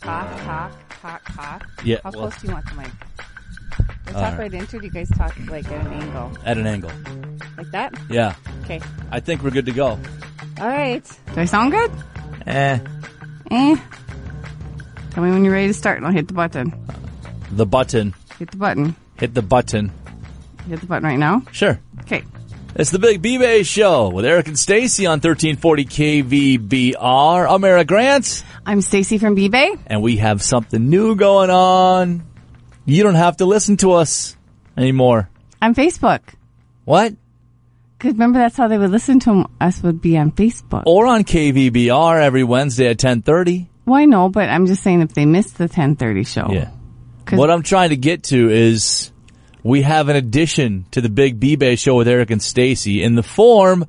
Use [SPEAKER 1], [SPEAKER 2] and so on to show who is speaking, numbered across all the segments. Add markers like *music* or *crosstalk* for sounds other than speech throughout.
[SPEAKER 1] Cough, cough, cough, cough.
[SPEAKER 2] Yeah,
[SPEAKER 1] How
[SPEAKER 2] well-
[SPEAKER 1] close do you want the mic? Do you talk right into it. Do you guys talk like at an angle,
[SPEAKER 2] at an angle.
[SPEAKER 1] like that?
[SPEAKER 2] Yeah,
[SPEAKER 1] Okay.
[SPEAKER 2] I think we're good to go.
[SPEAKER 1] All right. Do I sound good?
[SPEAKER 2] Eh,
[SPEAKER 1] Eh. Tell me when you're ready to start, and I'll hit the button.
[SPEAKER 2] the button.
[SPEAKER 1] Hit the button.
[SPEAKER 2] Hit the button.
[SPEAKER 1] Hit the button right now.
[SPEAKER 2] Sure.
[SPEAKER 1] Okay.
[SPEAKER 2] It's the Big B-Bay Show with Eric and Stacy on 1340 KVBR. I'm Eric Grant,
[SPEAKER 1] I'm Stacy from B-Bay.
[SPEAKER 2] and we have something new going on. You don't have to listen to us anymore.
[SPEAKER 1] I'm Facebook.
[SPEAKER 2] What?
[SPEAKER 1] Cause remember that's how they would listen to 'em. us would be on Facebook.
[SPEAKER 2] Or on KVBR every Wednesday at 1030.
[SPEAKER 1] Well, I know, but I'm just saying if they missed the 1030 show.
[SPEAKER 2] Yeah.
[SPEAKER 1] 'Cause-
[SPEAKER 2] What I'm trying to get to is we have an addition to the Big B-Bay Show with Eric and Stacy in the form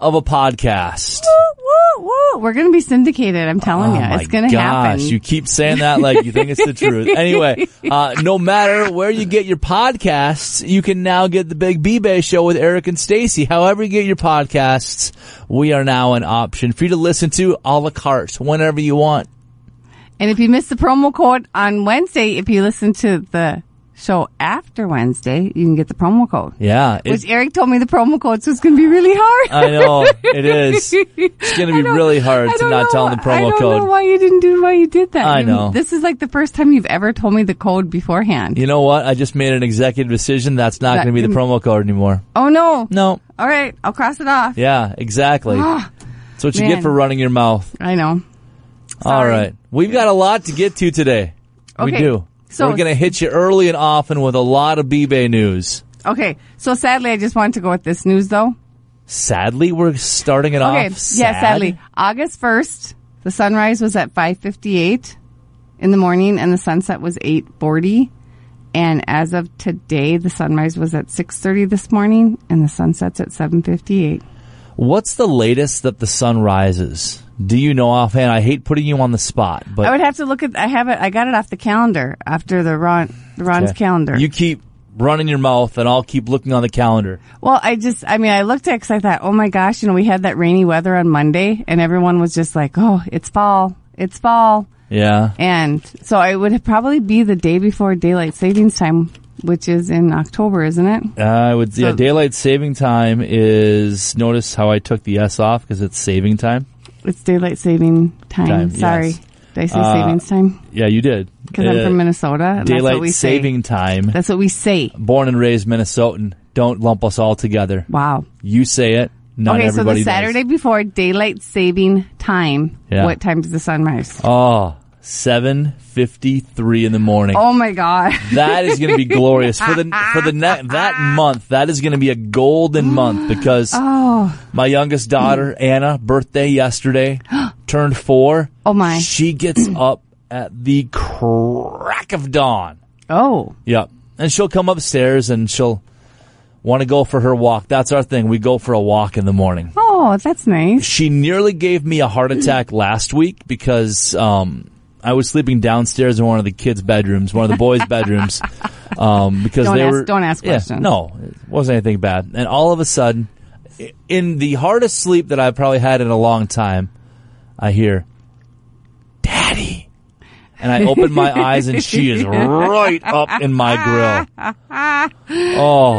[SPEAKER 2] of a podcast.
[SPEAKER 1] Woo, woo, woo. We're going to be syndicated. I'm telling
[SPEAKER 2] Oh
[SPEAKER 1] you.
[SPEAKER 2] my
[SPEAKER 1] It's going to
[SPEAKER 2] gosh,
[SPEAKER 1] happen.
[SPEAKER 2] You keep saying that like you think it's
[SPEAKER 1] *laughs*
[SPEAKER 2] the truth. Anyway, uh, no matter where you get your podcasts, you can now get the Big B-Bay Show with Eric and Stacy. However you get your podcasts, we are now an option for you to listen to a la carte whenever you want.
[SPEAKER 1] and if you missed the promo code on Wednesday, if you listen to the show after Wednesday, you can get the promo code.
[SPEAKER 2] Yeah. it-
[SPEAKER 1] Which Eric told me the promo code, so it's going to be really *laughs* hard.
[SPEAKER 2] I know. It is.
[SPEAKER 1] *laughs*
[SPEAKER 2] It's going to be really hard
[SPEAKER 1] I
[SPEAKER 2] to
[SPEAKER 1] don't
[SPEAKER 2] not
[SPEAKER 1] know
[SPEAKER 2] tell them the
[SPEAKER 1] why- I
[SPEAKER 2] promo
[SPEAKER 1] don't know
[SPEAKER 2] code.
[SPEAKER 1] why you didn't do why you did that.
[SPEAKER 2] I
[SPEAKER 1] You-
[SPEAKER 2] know.
[SPEAKER 1] This is like the first time you've ever told me the code beforehand.
[SPEAKER 2] You know what? I just made an executive decision. That's not
[SPEAKER 1] That-
[SPEAKER 2] going to be the promo code anymore.
[SPEAKER 1] Oh no.
[SPEAKER 2] No.
[SPEAKER 1] All right, I'll cross it off.
[SPEAKER 2] Yeah,
[SPEAKER 1] *gasps*
[SPEAKER 2] exactly. That's what you
[SPEAKER 1] man.
[SPEAKER 2] get for running your mouth.
[SPEAKER 1] I know.
[SPEAKER 2] All
[SPEAKER 1] Sorry.
[SPEAKER 2] right. We've got a lot to get to today. We
[SPEAKER 1] Okay.
[SPEAKER 2] do.
[SPEAKER 1] So-
[SPEAKER 2] We're going to hit you early and often with a lot of B-Bay news.
[SPEAKER 1] Okay. So sadly, I just wanted to go with this news though.
[SPEAKER 2] Sadly, we're starting it
[SPEAKER 1] Okay.
[SPEAKER 2] off.
[SPEAKER 1] Yeah,
[SPEAKER 2] sad.
[SPEAKER 1] sadly. August 1st, the sunrise was at 5:58 in the morning and the sunset was 8:40. And as of today, the sunrise was at 6:30 this morning and the sunset's at 7:58.
[SPEAKER 2] What's the latest that the sun rises? Do you know offhand? I hate putting you on the spot, but
[SPEAKER 1] I would have to look at I have it I got it off the calendar after the Ron the Ron's
[SPEAKER 2] Okay.
[SPEAKER 1] calendar.
[SPEAKER 2] You keep running your mouth and I'll keep looking on the calendar.
[SPEAKER 1] Well, I just, I mean, I looked at it because I thought, oh my gosh, you know, we had that rainy weather on Monday and everyone was just like, oh, it's fall, it's fall.
[SPEAKER 2] Yeah.
[SPEAKER 1] And so it would probably be the day before daylight savings time, which is in October, isn't it?
[SPEAKER 2] Uh, I would yeah,
[SPEAKER 1] So-
[SPEAKER 2] daylight saving time is notice how I took the S off because it's saving time.
[SPEAKER 1] It's daylight saving time.
[SPEAKER 2] Time,
[SPEAKER 1] Sorry.
[SPEAKER 2] yes.
[SPEAKER 1] Did I say
[SPEAKER 2] Uh,
[SPEAKER 1] savings time?
[SPEAKER 2] Yeah, you did.
[SPEAKER 1] Because
[SPEAKER 2] Uh,
[SPEAKER 1] I'm from Minnesota. And that's what
[SPEAKER 2] Daylight
[SPEAKER 1] we Say.
[SPEAKER 2] saving time.
[SPEAKER 1] That's what we say.
[SPEAKER 2] born and raised Minnesotan. Don't lump us all together.
[SPEAKER 1] Wow.
[SPEAKER 2] You say it, not
[SPEAKER 1] okay, so the
[SPEAKER 2] everybody does.
[SPEAKER 1] Saturday before daylight saving time,
[SPEAKER 2] Yeah.
[SPEAKER 1] what time does the sun rise?
[SPEAKER 2] Oh, 7:53 in the morning.
[SPEAKER 1] Oh my God.
[SPEAKER 2] *laughs*
[SPEAKER 1] *laughs*
[SPEAKER 2] That is going to be glorious for the for the ne- that month. That is going to be a golden month because
[SPEAKER 1] Oh.
[SPEAKER 2] my youngest daughter Anna birthday yesterday
[SPEAKER 1] *gasps*
[SPEAKER 2] turned 4.
[SPEAKER 1] Oh, my. *clears throat*
[SPEAKER 2] She gets up at the crack of dawn.
[SPEAKER 1] oh.
[SPEAKER 2] Yep. And she'll come upstairs and she'll want to go for her walk. That's our thing. We go for a walk in the morning.
[SPEAKER 1] Oh, that's nice.
[SPEAKER 2] she nearly gave me a heart
[SPEAKER 1] *clears throat*
[SPEAKER 2] attack last week because um, I was sleeping downstairs in one of the kids' bedrooms, one of the boys' bedrooms,
[SPEAKER 1] *laughs*
[SPEAKER 2] um, because
[SPEAKER 1] Don't
[SPEAKER 2] they
[SPEAKER 1] ask-
[SPEAKER 2] were
[SPEAKER 1] don't ask
[SPEAKER 2] Yeah,
[SPEAKER 1] questions.
[SPEAKER 2] no, it wasn't anything bad. And all of a sudden, i- in the hardest sleep that I've probably had in a long time, I hear, "Daddy." And I open my eyes and she
[SPEAKER 1] *laughs*
[SPEAKER 2] is right up in my grill. Oh,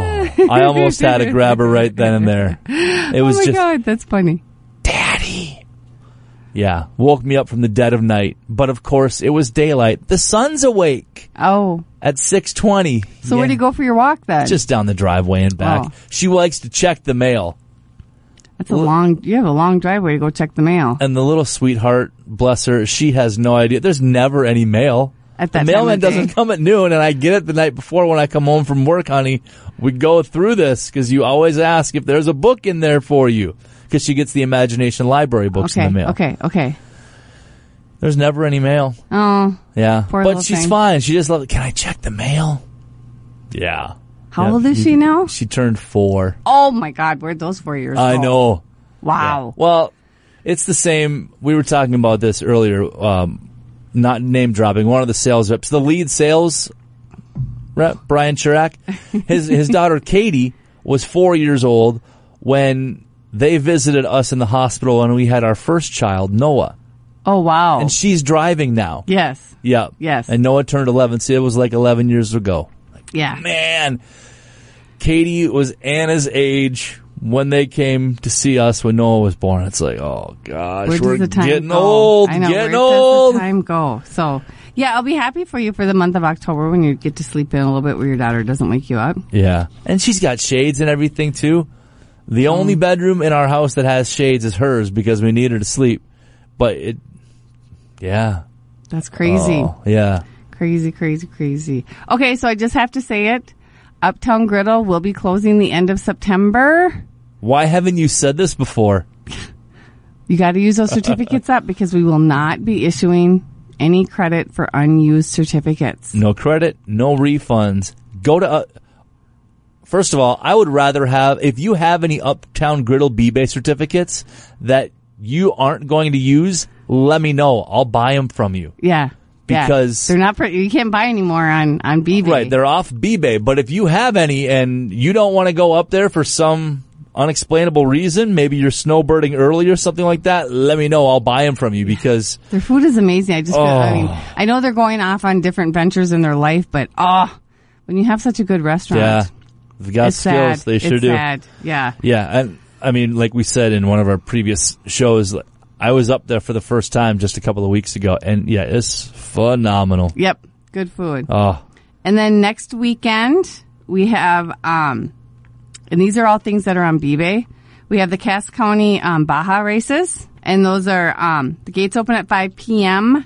[SPEAKER 2] I almost had to grab her right then and there. It was
[SPEAKER 1] oh my
[SPEAKER 2] just
[SPEAKER 1] god, that's funny.
[SPEAKER 2] Daddy. Yeah, woke me up from the dead of night. But of course, it was daylight. The sun's awake
[SPEAKER 1] Oh,
[SPEAKER 2] at 6:20.
[SPEAKER 1] so
[SPEAKER 2] Yeah.
[SPEAKER 1] where do you go for your walk then?
[SPEAKER 2] Just down the driveway and back.
[SPEAKER 1] Oh.
[SPEAKER 2] She likes to check the mail.
[SPEAKER 1] that's a long. You have a long driveway to go check the mail.
[SPEAKER 2] And the little sweetheart, bless her, she has no idea. There's never any mail.
[SPEAKER 1] At
[SPEAKER 2] the
[SPEAKER 1] that time
[SPEAKER 2] mailman
[SPEAKER 1] of day.
[SPEAKER 2] doesn't come at noon, and I get it the night before when I come home from work, honey. We go through this because you always ask if there's a book in there for you because she gets the imagination library books
[SPEAKER 1] okay,
[SPEAKER 2] in the mail.
[SPEAKER 1] okay, okay.
[SPEAKER 2] There's never any mail.
[SPEAKER 1] Oh,
[SPEAKER 2] Yeah.
[SPEAKER 1] Poor
[SPEAKER 2] but
[SPEAKER 1] little
[SPEAKER 2] she's
[SPEAKER 1] thing.
[SPEAKER 2] fine. She just loved it. Can I check the mail? Yeah.
[SPEAKER 1] how
[SPEAKER 2] Yeah,
[SPEAKER 1] old is
[SPEAKER 2] you-
[SPEAKER 1] she now?
[SPEAKER 2] She turned four.
[SPEAKER 1] Oh my god, where'd those four years?
[SPEAKER 2] I
[SPEAKER 1] go?
[SPEAKER 2] know.
[SPEAKER 1] Wow.
[SPEAKER 2] Well, it's the same. We were talking about this earlier, um, not name dropping. One of the sales reps, the lead sales rep,
[SPEAKER 1] *laughs*
[SPEAKER 2] Brian Chirac, his, his daughter Katie was four years old when they visited us in the hospital and we had our first child, Noah.
[SPEAKER 1] Oh wow.
[SPEAKER 2] and she's driving now.
[SPEAKER 1] yes.
[SPEAKER 2] Yeah.
[SPEAKER 1] Yes.
[SPEAKER 2] And Noah turned 11. See, it was like 11 years ago.
[SPEAKER 1] Yeah.
[SPEAKER 2] Man, Katie was Anna's age when they came to see us when Noah was born. It's like, oh gosh,
[SPEAKER 1] Where
[SPEAKER 2] we're
[SPEAKER 1] does the time
[SPEAKER 2] getting
[SPEAKER 1] go?
[SPEAKER 2] old,
[SPEAKER 1] I know. Where
[SPEAKER 2] getting
[SPEAKER 1] does
[SPEAKER 2] old.
[SPEAKER 1] the time go? So yeah, I'll be happy for you for the month of October when you get to sleep in a little bit where your daughter doesn't wake you up.
[SPEAKER 2] Yeah. And she's got shades and everything too. The
[SPEAKER 1] Mm-hmm.
[SPEAKER 2] only bedroom in our house that has shades is hers because we need her to sleep. But it, yeah.
[SPEAKER 1] That's crazy.
[SPEAKER 2] Oh, yeah.
[SPEAKER 1] Crazy, crazy, crazy. Okay, so I just have to say it. Uptown Griddle will be closing the end of September.
[SPEAKER 2] Why haven't you said this before?
[SPEAKER 1] You got to use those certificates up because we will not be issuing any credit for unused certificates.
[SPEAKER 2] No credit, no refunds. Go to. Uh, first of all, I would rather have if you have any Uptown Griddle B-Bay certificates that you aren't going to use, let me know. I'll buy them from you.
[SPEAKER 1] Yeah. yeah.
[SPEAKER 2] Because-
[SPEAKER 1] they're not, pr- you can't buy anymore on, on BB.
[SPEAKER 2] Right, they're off B-Bay, but if you have any and you don't want to go up there for some unexplainable reason, maybe you're snowbirding early or something like that, let me know. I'll buy them from you because
[SPEAKER 1] Their food is amazing. I just, feel, I mean,
[SPEAKER 2] Oh.
[SPEAKER 1] I know they're going off on different ventures in their life, but oh, when you have such a good restaurant,
[SPEAKER 2] yeah, they've got
[SPEAKER 1] it's
[SPEAKER 2] skills.
[SPEAKER 1] sad.
[SPEAKER 2] They sure
[SPEAKER 1] it's
[SPEAKER 2] do.
[SPEAKER 1] Sad. Yeah.
[SPEAKER 2] Yeah, and I mean, like we said in one of our previous shows, like, I was up there for the first time just a couple of weeks ago, and yeah, it's phenomenal.
[SPEAKER 1] Yep. Good food.
[SPEAKER 2] Oh,
[SPEAKER 1] And then next weekend we have, um, and these are all things that are on B-Bay. We have the Cass County um, Baja races, and those are um, the gates open at 5 p.m.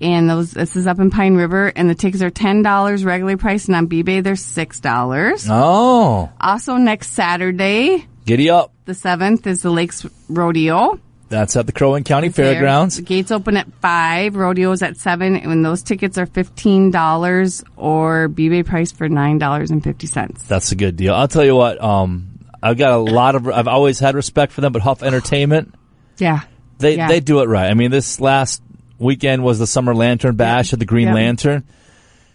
[SPEAKER 1] And those this is up in Pine River, and the tickets are ten dollars regular price, and on B-Bay they're six dollars.
[SPEAKER 2] oh,
[SPEAKER 1] Also next Saturday,
[SPEAKER 2] giddy up!
[SPEAKER 1] the seventh is the Lakes Rodeo.
[SPEAKER 2] That's at the Crow Wing County Fairgrounds.
[SPEAKER 1] The gates open at five, rodeos at seven, and those tickets are fifteen dollars or B-Bay price for nine dollars and fifty cents.
[SPEAKER 2] That's a good deal. I'll tell you what. Um, I've got a lot of. I've always had respect for them, but Huff Entertainment,
[SPEAKER 1] Yeah.
[SPEAKER 2] they
[SPEAKER 1] Yeah.
[SPEAKER 2] they do it right. I mean, this last weekend was the Summer Lantern Bash at the Green
[SPEAKER 1] Yeah.
[SPEAKER 2] Lantern. *sighs*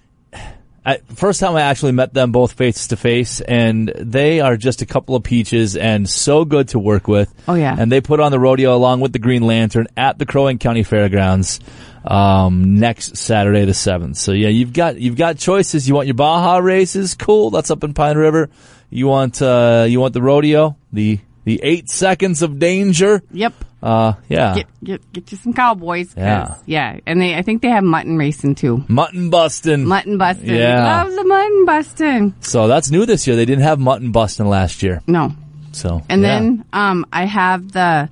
[SPEAKER 2] I, first time I actually met them both face to face, and they are just a couple of peaches and so good to work with.
[SPEAKER 1] Oh, yeah.
[SPEAKER 2] And they put on the rodeo along with the Green Lantern at the Crow Wing County Fairgrounds um, next Saturday the seventh. So yeah, you've got you've got choices. You want your Baja races? Cool, that's up in Pine River. You want uh, you want the rodeo? The the eight seconds of danger.
[SPEAKER 1] Yep.
[SPEAKER 2] Uh, yeah.
[SPEAKER 1] Get get get you some cowboys. 'cause-
[SPEAKER 2] Yeah.
[SPEAKER 1] Yeah. And they I think they have mutton racing too.
[SPEAKER 2] mutton busting.
[SPEAKER 1] Mutton busting. We
[SPEAKER 2] Yeah.
[SPEAKER 1] Love the mutton busting.
[SPEAKER 2] so that's new this year. They didn't have mutton busting last year.
[SPEAKER 1] No.
[SPEAKER 2] So
[SPEAKER 1] And
[SPEAKER 2] yeah.
[SPEAKER 1] then um I have the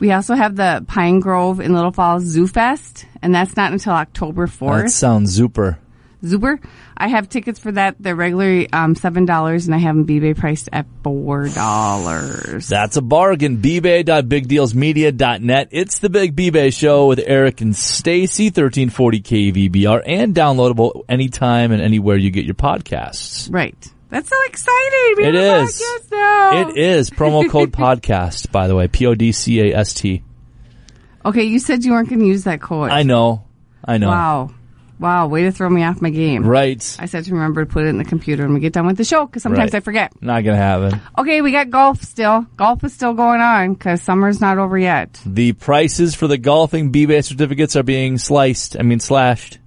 [SPEAKER 1] we also have the Pine Grove in Little Falls Zoo Fest, and that's not until October
[SPEAKER 2] that
[SPEAKER 1] fourth.
[SPEAKER 2] sounds super.
[SPEAKER 1] Zuber, I have tickets for that. They're regularly um, seven dollars, and I have them b priced at four dollars.
[SPEAKER 2] That's a bargain. bbay.bigdealsmedia.net. It's the Big bbay Show with Eric and Stacy, 1340 KVBR, and downloadable anytime and anywhere you get your podcasts.
[SPEAKER 1] Right. That's so exciting. We
[SPEAKER 2] It
[SPEAKER 1] have a
[SPEAKER 2] is.
[SPEAKER 1] podcast now.
[SPEAKER 2] It is
[SPEAKER 1] *laughs*
[SPEAKER 2] promo code podcast, by the way, P O D C A S T.
[SPEAKER 1] Okay, you said you weren't going to use that code.
[SPEAKER 2] I know, I know.
[SPEAKER 1] Wow. Wow. Way to throw me off my game.
[SPEAKER 2] Right?
[SPEAKER 1] I said to remember to put it in the computer when we get done with the show because sometimes
[SPEAKER 2] Right.
[SPEAKER 1] I forget.
[SPEAKER 2] Not gonna happen.
[SPEAKER 1] Okay, we got golf still. Golf is still going on because summer's not over yet.
[SPEAKER 2] The prices for the golfing bbay certificates are being sliced. I mean slashed.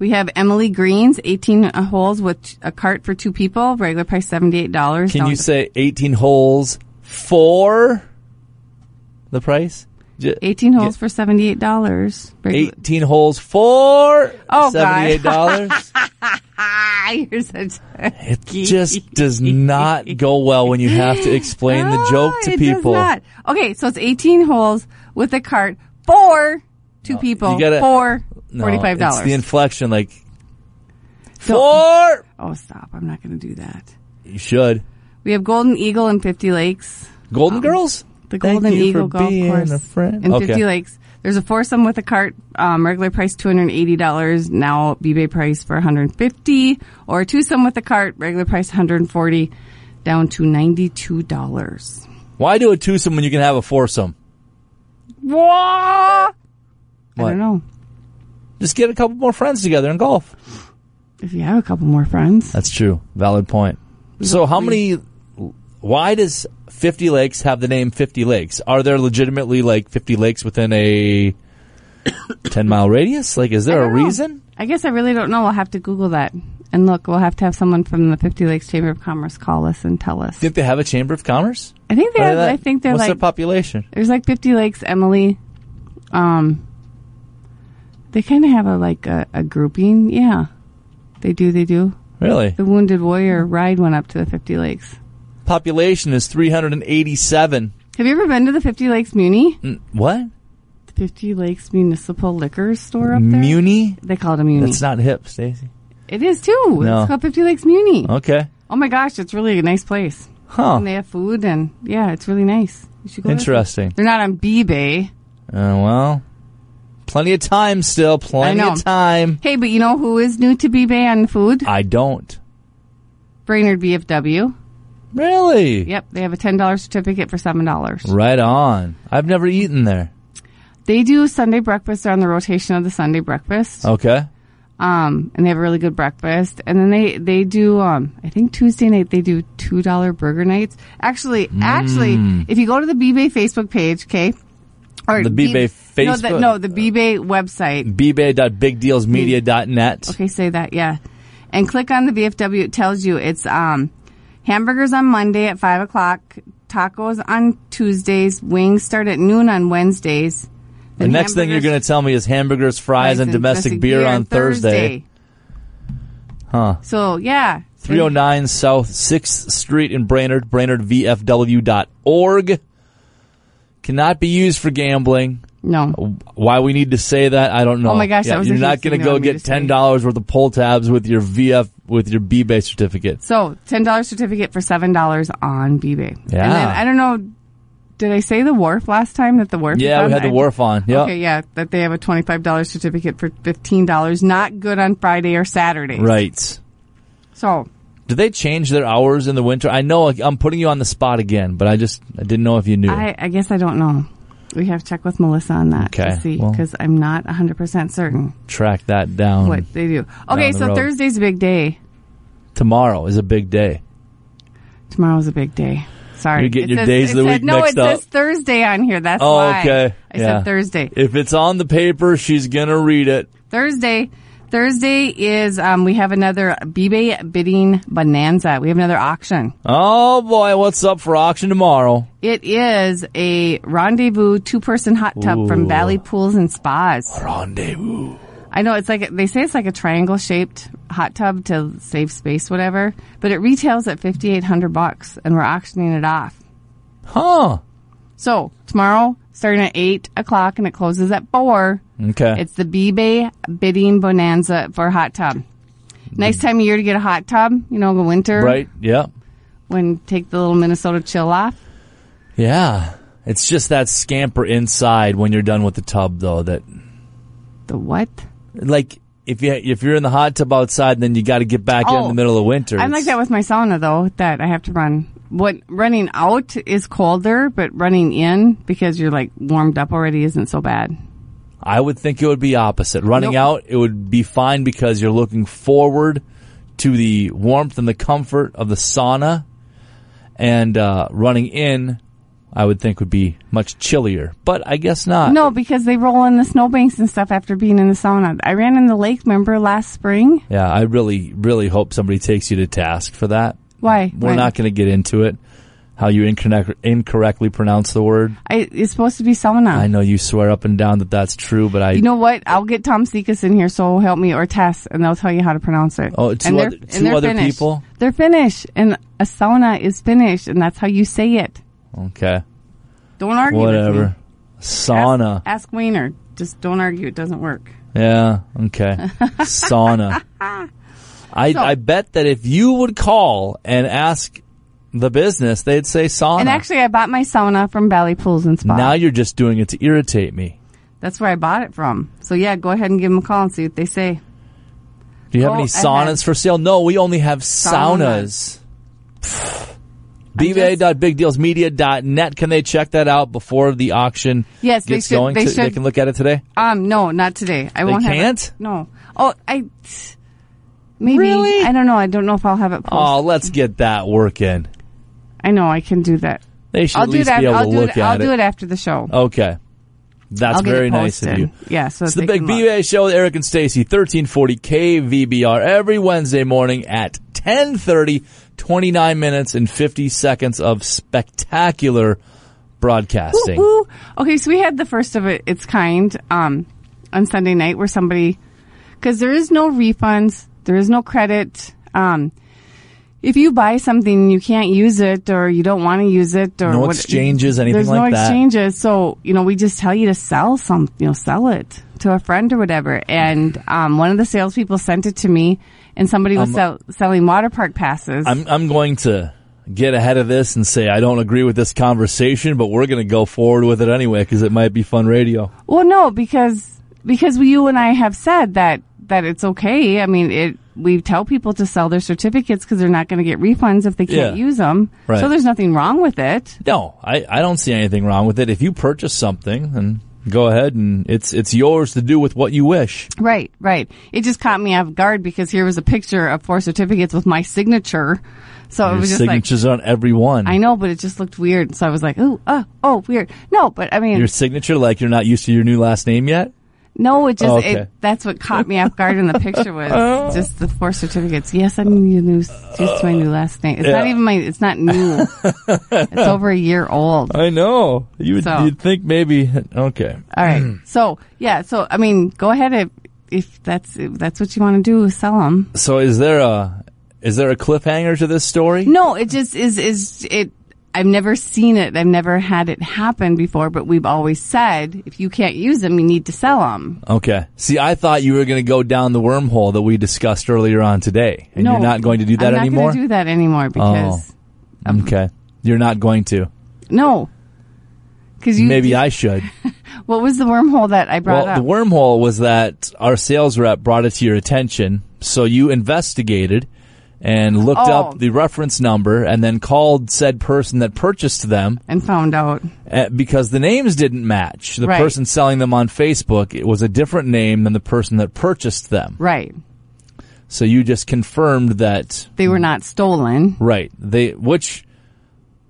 [SPEAKER 1] We have Emily Green's 18 holes with a cart for two people, regular price $78.
[SPEAKER 2] Can
[SPEAKER 1] down
[SPEAKER 2] you
[SPEAKER 1] to
[SPEAKER 2] say 18 holes for the price? J-
[SPEAKER 1] 18 holes for $78. Regular- *laughs*
[SPEAKER 2] 18 holes for
[SPEAKER 1] Oh, God. *laughs*
[SPEAKER 2] $78.
[SPEAKER 1] Ah, you're such a-
[SPEAKER 2] it just does not go well when you have to explain
[SPEAKER 1] *laughs*
[SPEAKER 2] the joke
[SPEAKER 1] Ah,
[SPEAKER 2] to
[SPEAKER 1] it does
[SPEAKER 2] people.
[SPEAKER 1] not. Okay, so it's 18 holes with a cart for two people
[SPEAKER 2] you gotta-
[SPEAKER 1] for
[SPEAKER 2] No,
[SPEAKER 1] $45.
[SPEAKER 2] It's the inflection like
[SPEAKER 1] Don't-
[SPEAKER 2] for
[SPEAKER 1] Oh, stop. I'm not going to do that.
[SPEAKER 2] you should.
[SPEAKER 1] We have Golden Eagle in 50 Lakes.
[SPEAKER 2] Golden Girls?
[SPEAKER 1] Um, The
[SPEAKER 2] Thank
[SPEAKER 1] Golden
[SPEAKER 2] you
[SPEAKER 1] Eagle
[SPEAKER 2] for
[SPEAKER 1] Golf
[SPEAKER 2] being
[SPEAKER 1] Course
[SPEAKER 2] a friend.
[SPEAKER 1] in
[SPEAKER 2] Okay.
[SPEAKER 1] 50 Lakes. There's a foursome with a cart, um, regular price $280, now b price for 150 or a twosome with a cart, regular price 140 down to $92.
[SPEAKER 2] Why do a twosome when you can have a foursome?
[SPEAKER 1] Whoa! I
[SPEAKER 2] What?
[SPEAKER 1] don't know.
[SPEAKER 2] Just get a couple more friends together and golf.
[SPEAKER 1] If you have a couple more friends.
[SPEAKER 2] That's true. Valid point. So how many? Why does Fifty Lakes have the name Fifty Lakes? Are there legitimately like fifty lakes within a *coughs* 10 mile radius? Like, is there
[SPEAKER 1] I
[SPEAKER 2] a
[SPEAKER 1] don't know.
[SPEAKER 2] reason?
[SPEAKER 1] I guess I really don't know. We'll have to Google that and look. We'll have to have someone from the Fifty Lakes Chamber of Commerce call us and tell us.
[SPEAKER 2] Do you think they have a Chamber of Commerce?
[SPEAKER 1] I think they
[SPEAKER 2] Are
[SPEAKER 1] have.
[SPEAKER 2] that-
[SPEAKER 1] I think they're
[SPEAKER 2] What's
[SPEAKER 1] like
[SPEAKER 2] their population?
[SPEAKER 1] there's like Fifty Lakes Emily. Um, they kind of have a like a, a grouping. Yeah, they do. They do.
[SPEAKER 2] Really?
[SPEAKER 1] The Wounded Warrior ride went up to the Fifty Lakes.
[SPEAKER 2] Population is 387.
[SPEAKER 1] Have you ever been to the Fifty Lakes Muni?
[SPEAKER 2] Mm, What?
[SPEAKER 1] The Fifty Lakes Municipal Liquor Store up there.
[SPEAKER 2] Muni?
[SPEAKER 1] They call it a Muni.
[SPEAKER 2] That's not hip, Stacy.
[SPEAKER 1] it is too.
[SPEAKER 2] No.
[SPEAKER 1] It's called Fifty Lakes Muni.
[SPEAKER 2] Okay.
[SPEAKER 1] Oh my gosh, it's really a nice place.
[SPEAKER 2] Huh.
[SPEAKER 1] And they have food, and yeah, it's really nice. You should go. there.
[SPEAKER 2] Interesting.
[SPEAKER 1] They're not on B-Bay.
[SPEAKER 2] Uh, well, plenty of time still. Plenty
[SPEAKER 1] I know.
[SPEAKER 2] of time.
[SPEAKER 1] Hey, but you know who is new to B-Bay on food?
[SPEAKER 2] I don't.
[SPEAKER 1] Brainerd BFW.
[SPEAKER 2] Really?
[SPEAKER 1] Yep, they have a $10 certificate for $7.
[SPEAKER 2] Right on. I've never eaten there.
[SPEAKER 1] They do Sunday breakfast. They're on the rotation of the Sunday breakfast.
[SPEAKER 2] Okay.
[SPEAKER 1] Um, and they have a really good breakfast. And then they, they do, um, I think Tuesday night they do $2 burger nights. Actually, actually, if you go to the B-Bay Facebook page, okay? Or
[SPEAKER 2] Hmm. The B-Bay
[SPEAKER 1] No, the,
[SPEAKER 2] Facebook?
[SPEAKER 1] no, the B-Bay website.
[SPEAKER 2] bbay.bigdealsmedia.net.
[SPEAKER 1] Okay, say that, yeah. And click on the BFW. It tells you it's um, hamburgers on Monday at 5 o'clock, tacos on Tuesdays, wings start at noon on Wednesdays.
[SPEAKER 2] The next thing you're going to tell me is hamburgers, fries, and domestic, beer, on Thursday. Huh.
[SPEAKER 1] So, yeah.
[SPEAKER 2] 309 South 6th Street in Brainerd, brainerdvfw.org. Cannot be used for gambling.
[SPEAKER 1] No.
[SPEAKER 2] Oh. Why we need to say that, I don't know.
[SPEAKER 1] Oh my gosh, that was
[SPEAKER 2] you're
[SPEAKER 1] the
[SPEAKER 2] not
[SPEAKER 1] huge
[SPEAKER 2] going
[SPEAKER 1] thing they
[SPEAKER 2] to go
[SPEAKER 1] wanted me
[SPEAKER 2] get
[SPEAKER 1] to say.
[SPEAKER 2] ten dollars worth of pull tabs with your VF with your B base certificate.
[SPEAKER 1] So, $10 certificate for $7 on B-Bay.
[SPEAKER 2] Yeah.
[SPEAKER 1] And then, I don't know, did I say the wharf last time that the wharf is
[SPEAKER 2] Yeah,
[SPEAKER 1] on?
[SPEAKER 2] we had the
[SPEAKER 1] I-
[SPEAKER 2] wharf on. Yeah,
[SPEAKER 1] Okay, yeah, that they have a $25 certificate for $15. Not good on Friday or Saturday.
[SPEAKER 2] right.
[SPEAKER 1] So,
[SPEAKER 2] Do they change their hours in the winter? I know like, I'm putting you on the spot again, but I just I didn't know if you knew.
[SPEAKER 1] I, I guess I don't know. We have to check with Melissa on that
[SPEAKER 2] Okay,
[SPEAKER 1] to see
[SPEAKER 2] well-
[SPEAKER 1] because I'm not 100% certain
[SPEAKER 2] Track that down.
[SPEAKER 1] what they do. Okay,
[SPEAKER 2] Down the
[SPEAKER 1] so
[SPEAKER 2] road.
[SPEAKER 1] Thursday's a big day.
[SPEAKER 2] Tomorrow is a big day.
[SPEAKER 1] Tomorrow's a big day. Sorry.
[SPEAKER 2] You get
[SPEAKER 1] It
[SPEAKER 2] your
[SPEAKER 1] says-
[SPEAKER 2] days
[SPEAKER 1] it
[SPEAKER 2] of the
[SPEAKER 1] said-
[SPEAKER 2] week
[SPEAKER 1] No,
[SPEAKER 2] mixed
[SPEAKER 1] it says
[SPEAKER 2] up.
[SPEAKER 1] Thursday on here. That's
[SPEAKER 2] Oh,
[SPEAKER 1] why.
[SPEAKER 2] okay.
[SPEAKER 1] I
[SPEAKER 2] Yeah.
[SPEAKER 1] said Thursday.
[SPEAKER 2] If it's on the paper, she's gonna read it.
[SPEAKER 1] Thursday. Thursday is um, we have another B-Bay bidding bonanza. We have another auction.
[SPEAKER 2] Oh boy, what's up for auction tomorrow?
[SPEAKER 1] It is a rendezvous two-person hot tub
[SPEAKER 2] Ooh.
[SPEAKER 1] from Valley Pools and Spas.
[SPEAKER 2] Rendezvous.
[SPEAKER 1] I know it's like they say it's like a triangle shaped hot tub to save space, whatever. But it retails at fifty eight hundred bucks, and we're auctioning it off.
[SPEAKER 2] Huh.
[SPEAKER 1] So tomorrow, starting at eight o'clock, and it closes at four.
[SPEAKER 2] Okay.
[SPEAKER 1] It's the B-Bay bidding bonanza for hot tub. Nice time of year to get a hot tub. You know, the winter
[SPEAKER 2] right. Yep.
[SPEAKER 1] when take the little Minnesota chill off.
[SPEAKER 2] Yeah. It's just that scamper inside when you're done with the tub though that
[SPEAKER 1] The what?
[SPEAKER 2] like if you if you're in the hot tub outside then you got to get back in, in
[SPEAKER 1] Oh,
[SPEAKER 2] the middle of winter.
[SPEAKER 1] I'm like
[SPEAKER 2] It's-
[SPEAKER 1] that with my sauna though. That I have to run. What running out is colder, but running in because you're like warmed up already isn't so bad.
[SPEAKER 2] I would think it would be opposite. Running
[SPEAKER 1] Nope.
[SPEAKER 2] out it would be fine because you're looking forward to the warmth and the comfort of the sauna and uh, running in I would think would be much chillier. But I guess not.
[SPEAKER 1] No, because they roll in the snowbanks and stuff after being in the sauna. I ran in the lake, remember last spring?
[SPEAKER 2] Yeah, I really really hope somebody takes you to task for that.
[SPEAKER 1] Why?
[SPEAKER 2] We're
[SPEAKER 1] Why?
[SPEAKER 2] not going to get into it. How you incorrect, incorrectly pronounce the word?
[SPEAKER 1] I, it's supposed to be sauna.
[SPEAKER 2] I know you swear up and down that that's true, but I.
[SPEAKER 1] You know what? I'll get Tom Sekas in here, so help me or Tess, and they'll tell you how to pronounce it.
[SPEAKER 2] Oh, two
[SPEAKER 1] and
[SPEAKER 2] other- two other
[SPEAKER 1] Finnish.
[SPEAKER 2] people?
[SPEAKER 1] They're Finnish, and a sauna is Finnish, and that's how you say it.
[SPEAKER 2] okay,
[SPEAKER 1] Don't argue. With me.
[SPEAKER 2] whatever.
[SPEAKER 1] Ask-
[SPEAKER 2] Sauna.
[SPEAKER 1] Ask, Weiner. Just don't argue. It doesn't work.
[SPEAKER 2] Yeah. Okay. Sauna. I
[SPEAKER 1] So-
[SPEAKER 2] I bet that if you would call and ask the business, they'd say sauna.
[SPEAKER 1] And actually, I bought my sauna from Valley Pools and Spa.
[SPEAKER 2] now you're just doing it to irritate me.
[SPEAKER 1] that's where I bought it from. So yeah, go ahead and give them a call and see what they say.
[SPEAKER 2] Do you have
[SPEAKER 1] Go
[SPEAKER 2] any
[SPEAKER 1] ahead.
[SPEAKER 2] saunas for sale? No, we only have saunas.
[SPEAKER 1] Saunas.
[SPEAKER 2] *sighs* BBA.bigdealsmedia.net. Can they check that out before the auction
[SPEAKER 1] Yes, they
[SPEAKER 2] gets
[SPEAKER 1] should-
[SPEAKER 2] going?
[SPEAKER 1] they
[SPEAKER 2] To-
[SPEAKER 1] should-
[SPEAKER 2] can look at it today?
[SPEAKER 1] Um, no, not today. I
[SPEAKER 2] They
[SPEAKER 1] won't have
[SPEAKER 2] can't?
[SPEAKER 1] it. No. Oh, I maybe
[SPEAKER 2] Really?
[SPEAKER 1] I don't know. I don't know if I'll have it posted.
[SPEAKER 2] Oh, let's get that working.
[SPEAKER 1] I know I can do that.
[SPEAKER 2] They should
[SPEAKER 1] I'll
[SPEAKER 2] at
[SPEAKER 1] do
[SPEAKER 2] least
[SPEAKER 1] that.
[SPEAKER 2] be able
[SPEAKER 1] I'll
[SPEAKER 2] to
[SPEAKER 1] do
[SPEAKER 2] look
[SPEAKER 1] it.
[SPEAKER 2] at
[SPEAKER 1] I'll
[SPEAKER 2] it.
[SPEAKER 1] do it after the show.
[SPEAKER 2] Okay. That's
[SPEAKER 1] I'll get
[SPEAKER 2] very
[SPEAKER 1] it
[SPEAKER 2] nice
[SPEAKER 1] posted.
[SPEAKER 2] of you.
[SPEAKER 1] Yeah, so
[SPEAKER 2] It's the
[SPEAKER 1] they
[SPEAKER 2] Big
[SPEAKER 1] can look.
[SPEAKER 2] BBA Show with Eric and Stacy, 1340 KVBR, every Wednesday morning at 1030, 29 minutes and 50 seconds of spectacular broadcasting.
[SPEAKER 1] Woo-hoo. Okay, so we had the first of it, its kind um, on Sunday night where somebody, because there is no refunds, there is no credit. Um, if you buy something and you can't use it or you don't want to use it or
[SPEAKER 2] No
[SPEAKER 1] what-
[SPEAKER 2] exchanges, anything
[SPEAKER 1] there's
[SPEAKER 2] like
[SPEAKER 1] no
[SPEAKER 2] that.
[SPEAKER 1] exchanges. So you know, we just tell you to sell some, you know, sell it to a friend or whatever. And um, one of the salespeople sent it to me, and somebody was
[SPEAKER 2] Um,
[SPEAKER 1] sell- selling water park passes.
[SPEAKER 2] I'm, I'm going to get ahead of this and say I don't agree with this conversation, but we're going to go forward with it anyway because it might be fun radio.
[SPEAKER 1] Well, no, because because you and I have said that that it's okay. I mean, it we tell people to sell their certificates because they're not going to get refunds if they can't
[SPEAKER 2] Yeah.
[SPEAKER 1] use them.
[SPEAKER 2] Right.
[SPEAKER 1] So there's nothing wrong with it.
[SPEAKER 2] No, I, I don't see anything wrong with it. If you purchase something, then go ahead and it's it's yours to do with what you wish.
[SPEAKER 1] Right, right. It just caught me off guard because here was a picture of four certificates with my signature. So it
[SPEAKER 2] Your
[SPEAKER 1] was just like
[SPEAKER 2] signatures on every one.
[SPEAKER 1] I know, but it just looked weird. So I was like, "Ooh, uh, oh, weird." No, but I mean,
[SPEAKER 2] *laughs* Your signature, like you're not used to your new last name yet.
[SPEAKER 1] no, it just
[SPEAKER 2] Oh, okay. Oh.
[SPEAKER 1] it, that's what caught me off guard in the picture
[SPEAKER 2] *laughs*
[SPEAKER 1] was just the four certificates. Yes, I'm new, new just my new last name. It's not
[SPEAKER 2] Yeah.
[SPEAKER 1] even my. It's not new.
[SPEAKER 2] *laughs*
[SPEAKER 1] it's over a year old.
[SPEAKER 2] I know. You would
[SPEAKER 1] So-
[SPEAKER 2] you'd think maybe okay.
[SPEAKER 1] All
[SPEAKER 2] *clears throat*
[SPEAKER 1] right. So yeah. So I mean, go ahead if if that's if that's what you want to do, sell them.
[SPEAKER 2] So is there a is there a cliffhanger to this story?
[SPEAKER 1] No, it just is is it. I've never seen it. I've never had it happen before. But we've always said if you can't use them, you need to sell them.
[SPEAKER 2] Okay. See, I thought you were going to go down the wormhole that we discussed earlier on today, and you're not going to do that
[SPEAKER 1] I'm
[SPEAKER 2] anymore. Oh.
[SPEAKER 1] not going to do
[SPEAKER 2] Mm-hmm.
[SPEAKER 1] that anymore because
[SPEAKER 2] okay. You're not going to.
[SPEAKER 1] no, because you.
[SPEAKER 2] Maybe I should.
[SPEAKER 1] What was the wormhole that I brought
[SPEAKER 2] Well,
[SPEAKER 1] up?
[SPEAKER 2] the wormhole was that our sales rep brought it to your attention, so you investigated and looked
[SPEAKER 1] Oh.
[SPEAKER 2] up the reference number, and then called said person that purchased them
[SPEAKER 1] and found out.
[SPEAKER 2] uh, because the names didn't match. The
[SPEAKER 1] Right.
[SPEAKER 2] person selling them on Facebook it was a different name than the person that purchased them.
[SPEAKER 1] Right.
[SPEAKER 2] So you just confirmed that
[SPEAKER 1] They were not stolen.
[SPEAKER 2] right. They which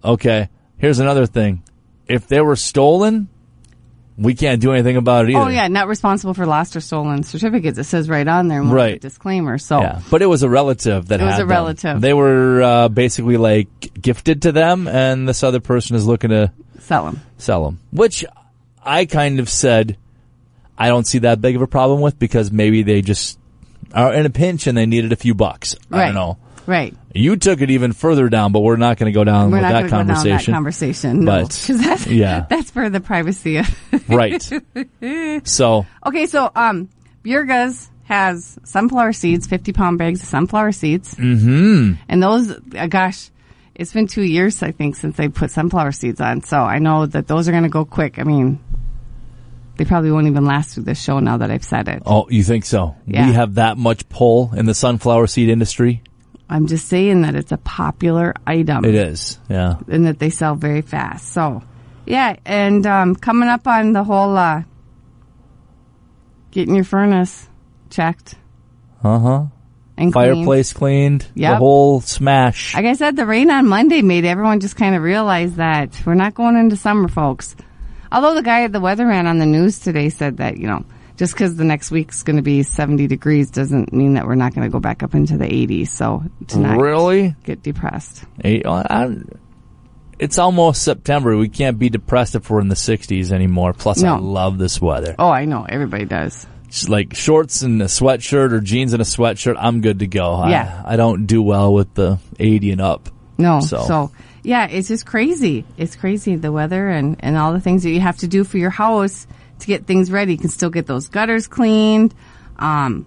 [SPEAKER 2] okay, here's another thing. If they were stolen, we can't do anything about it either.
[SPEAKER 1] Oh yeah, not responsible for lost or stolen certificates. It says right on there. in one of
[SPEAKER 2] Right.
[SPEAKER 1] the Disclaimer. So
[SPEAKER 2] Yeah, but it was a relative that
[SPEAKER 1] It was
[SPEAKER 2] had
[SPEAKER 1] a
[SPEAKER 2] them.
[SPEAKER 1] relative.
[SPEAKER 2] They were uh, basically like gifted to them, and this other person is looking to
[SPEAKER 1] sell them.
[SPEAKER 2] sell them, which I kind of said I don't see that big of a problem with because maybe they just are in a pinch and they needed a few bucks. I
[SPEAKER 1] Right.
[SPEAKER 2] don't know.
[SPEAKER 1] Right.
[SPEAKER 2] You took it even further down, but we're not going to go down
[SPEAKER 1] We're
[SPEAKER 2] with
[SPEAKER 1] not going
[SPEAKER 2] that
[SPEAKER 1] to go down that
[SPEAKER 2] conversation.
[SPEAKER 1] conversation.
[SPEAKER 2] But-
[SPEAKER 1] because that's
[SPEAKER 2] yeah.
[SPEAKER 1] *laughs* that's for the privacy. of- *laughs*
[SPEAKER 2] right. So
[SPEAKER 1] okay, so um, Bjerga's has sunflower seeds, fifty pound bags of sunflower seeds, mm-hmm. and those. Uh, gosh, it's been two years I think since they put sunflower seeds on, so I know that those are going to go quick. I mean, they probably won't even last through this show now that I've said it.
[SPEAKER 2] Oh, you think so?
[SPEAKER 1] Yeah.
[SPEAKER 2] We have that much pull in the sunflower seed industry?
[SPEAKER 1] I'm just saying that it's a popular item.
[SPEAKER 2] It is. Yeah.
[SPEAKER 1] and that they sell very fast. So, yeah, and um, coming up on the whole uh, getting your furnace checked
[SPEAKER 2] Uh huh.
[SPEAKER 1] and cleaned.
[SPEAKER 2] Fireplace cleaned. The
[SPEAKER 1] Yep.
[SPEAKER 2] whole smash.
[SPEAKER 1] Like I said, the rain on Monday made everyone just kind of realize that we're not going into summer, folks. Although the guy, the weatherman on the news today said that, you know, just because the next week's going to be 70 degrees doesn't mean that we're not going to go back up into the 80s. So, to not
[SPEAKER 2] really?
[SPEAKER 1] get depressed.
[SPEAKER 2] Eh, I- I- It's almost September. We can't be depressed if we're in the 60s anymore. Plus, I
[SPEAKER 1] No.
[SPEAKER 2] love this weather.
[SPEAKER 1] Oh, I know. Everybody does.
[SPEAKER 2] It's Like shorts and a sweatshirt or jeans and a sweatshirt, I'm good to go. I-
[SPEAKER 1] Yeah.
[SPEAKER 2] I, don't do well with the 80 and up.
[SPEAKER 1] No.
[SPEAKER 2] So.
[SPEAKER 1] So. yeah, it's just crazy. It's crazy the weather and and all the things that you have to do for your house to get things ready. You can still get those gutters cleaned. Um,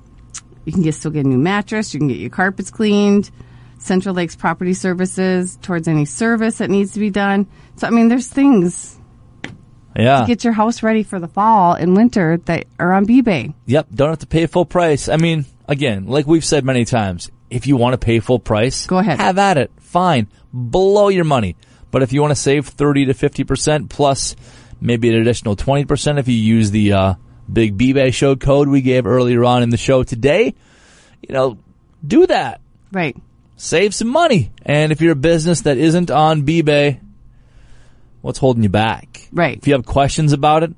[SPEAKER 1] you can get still get a new mattress. You can get your carpets cleaned. Central Lakes Property Services towards any service that needs to be done. So I mean, there's things
[SPEAKER 2] Yeah.
[SPEAKER 1] get your house ready for the fall and winter that are on B-Bay.
[SPEAKER 2] Yep. Don't have to pay full price. I mean, again, like we've said many times, if you want to pay full price,
[SPEAKER 1] Go ahead.
[SPEAKER 2] Have at it. Fine. Blow your money. But if you want to save 30 to 50% plus maybe an additional 20% if you use the uh, big B-Bay show code we gave earlier on in the show today, you know, do that.
[SPEAKER 1] Right.
[SPEAKER 2] Save some money. And if you're a business that isn't on B-Bay, what's holding you back?
[SPEAKER 1] Right.
[SPEAKER 2] If you have questions about it,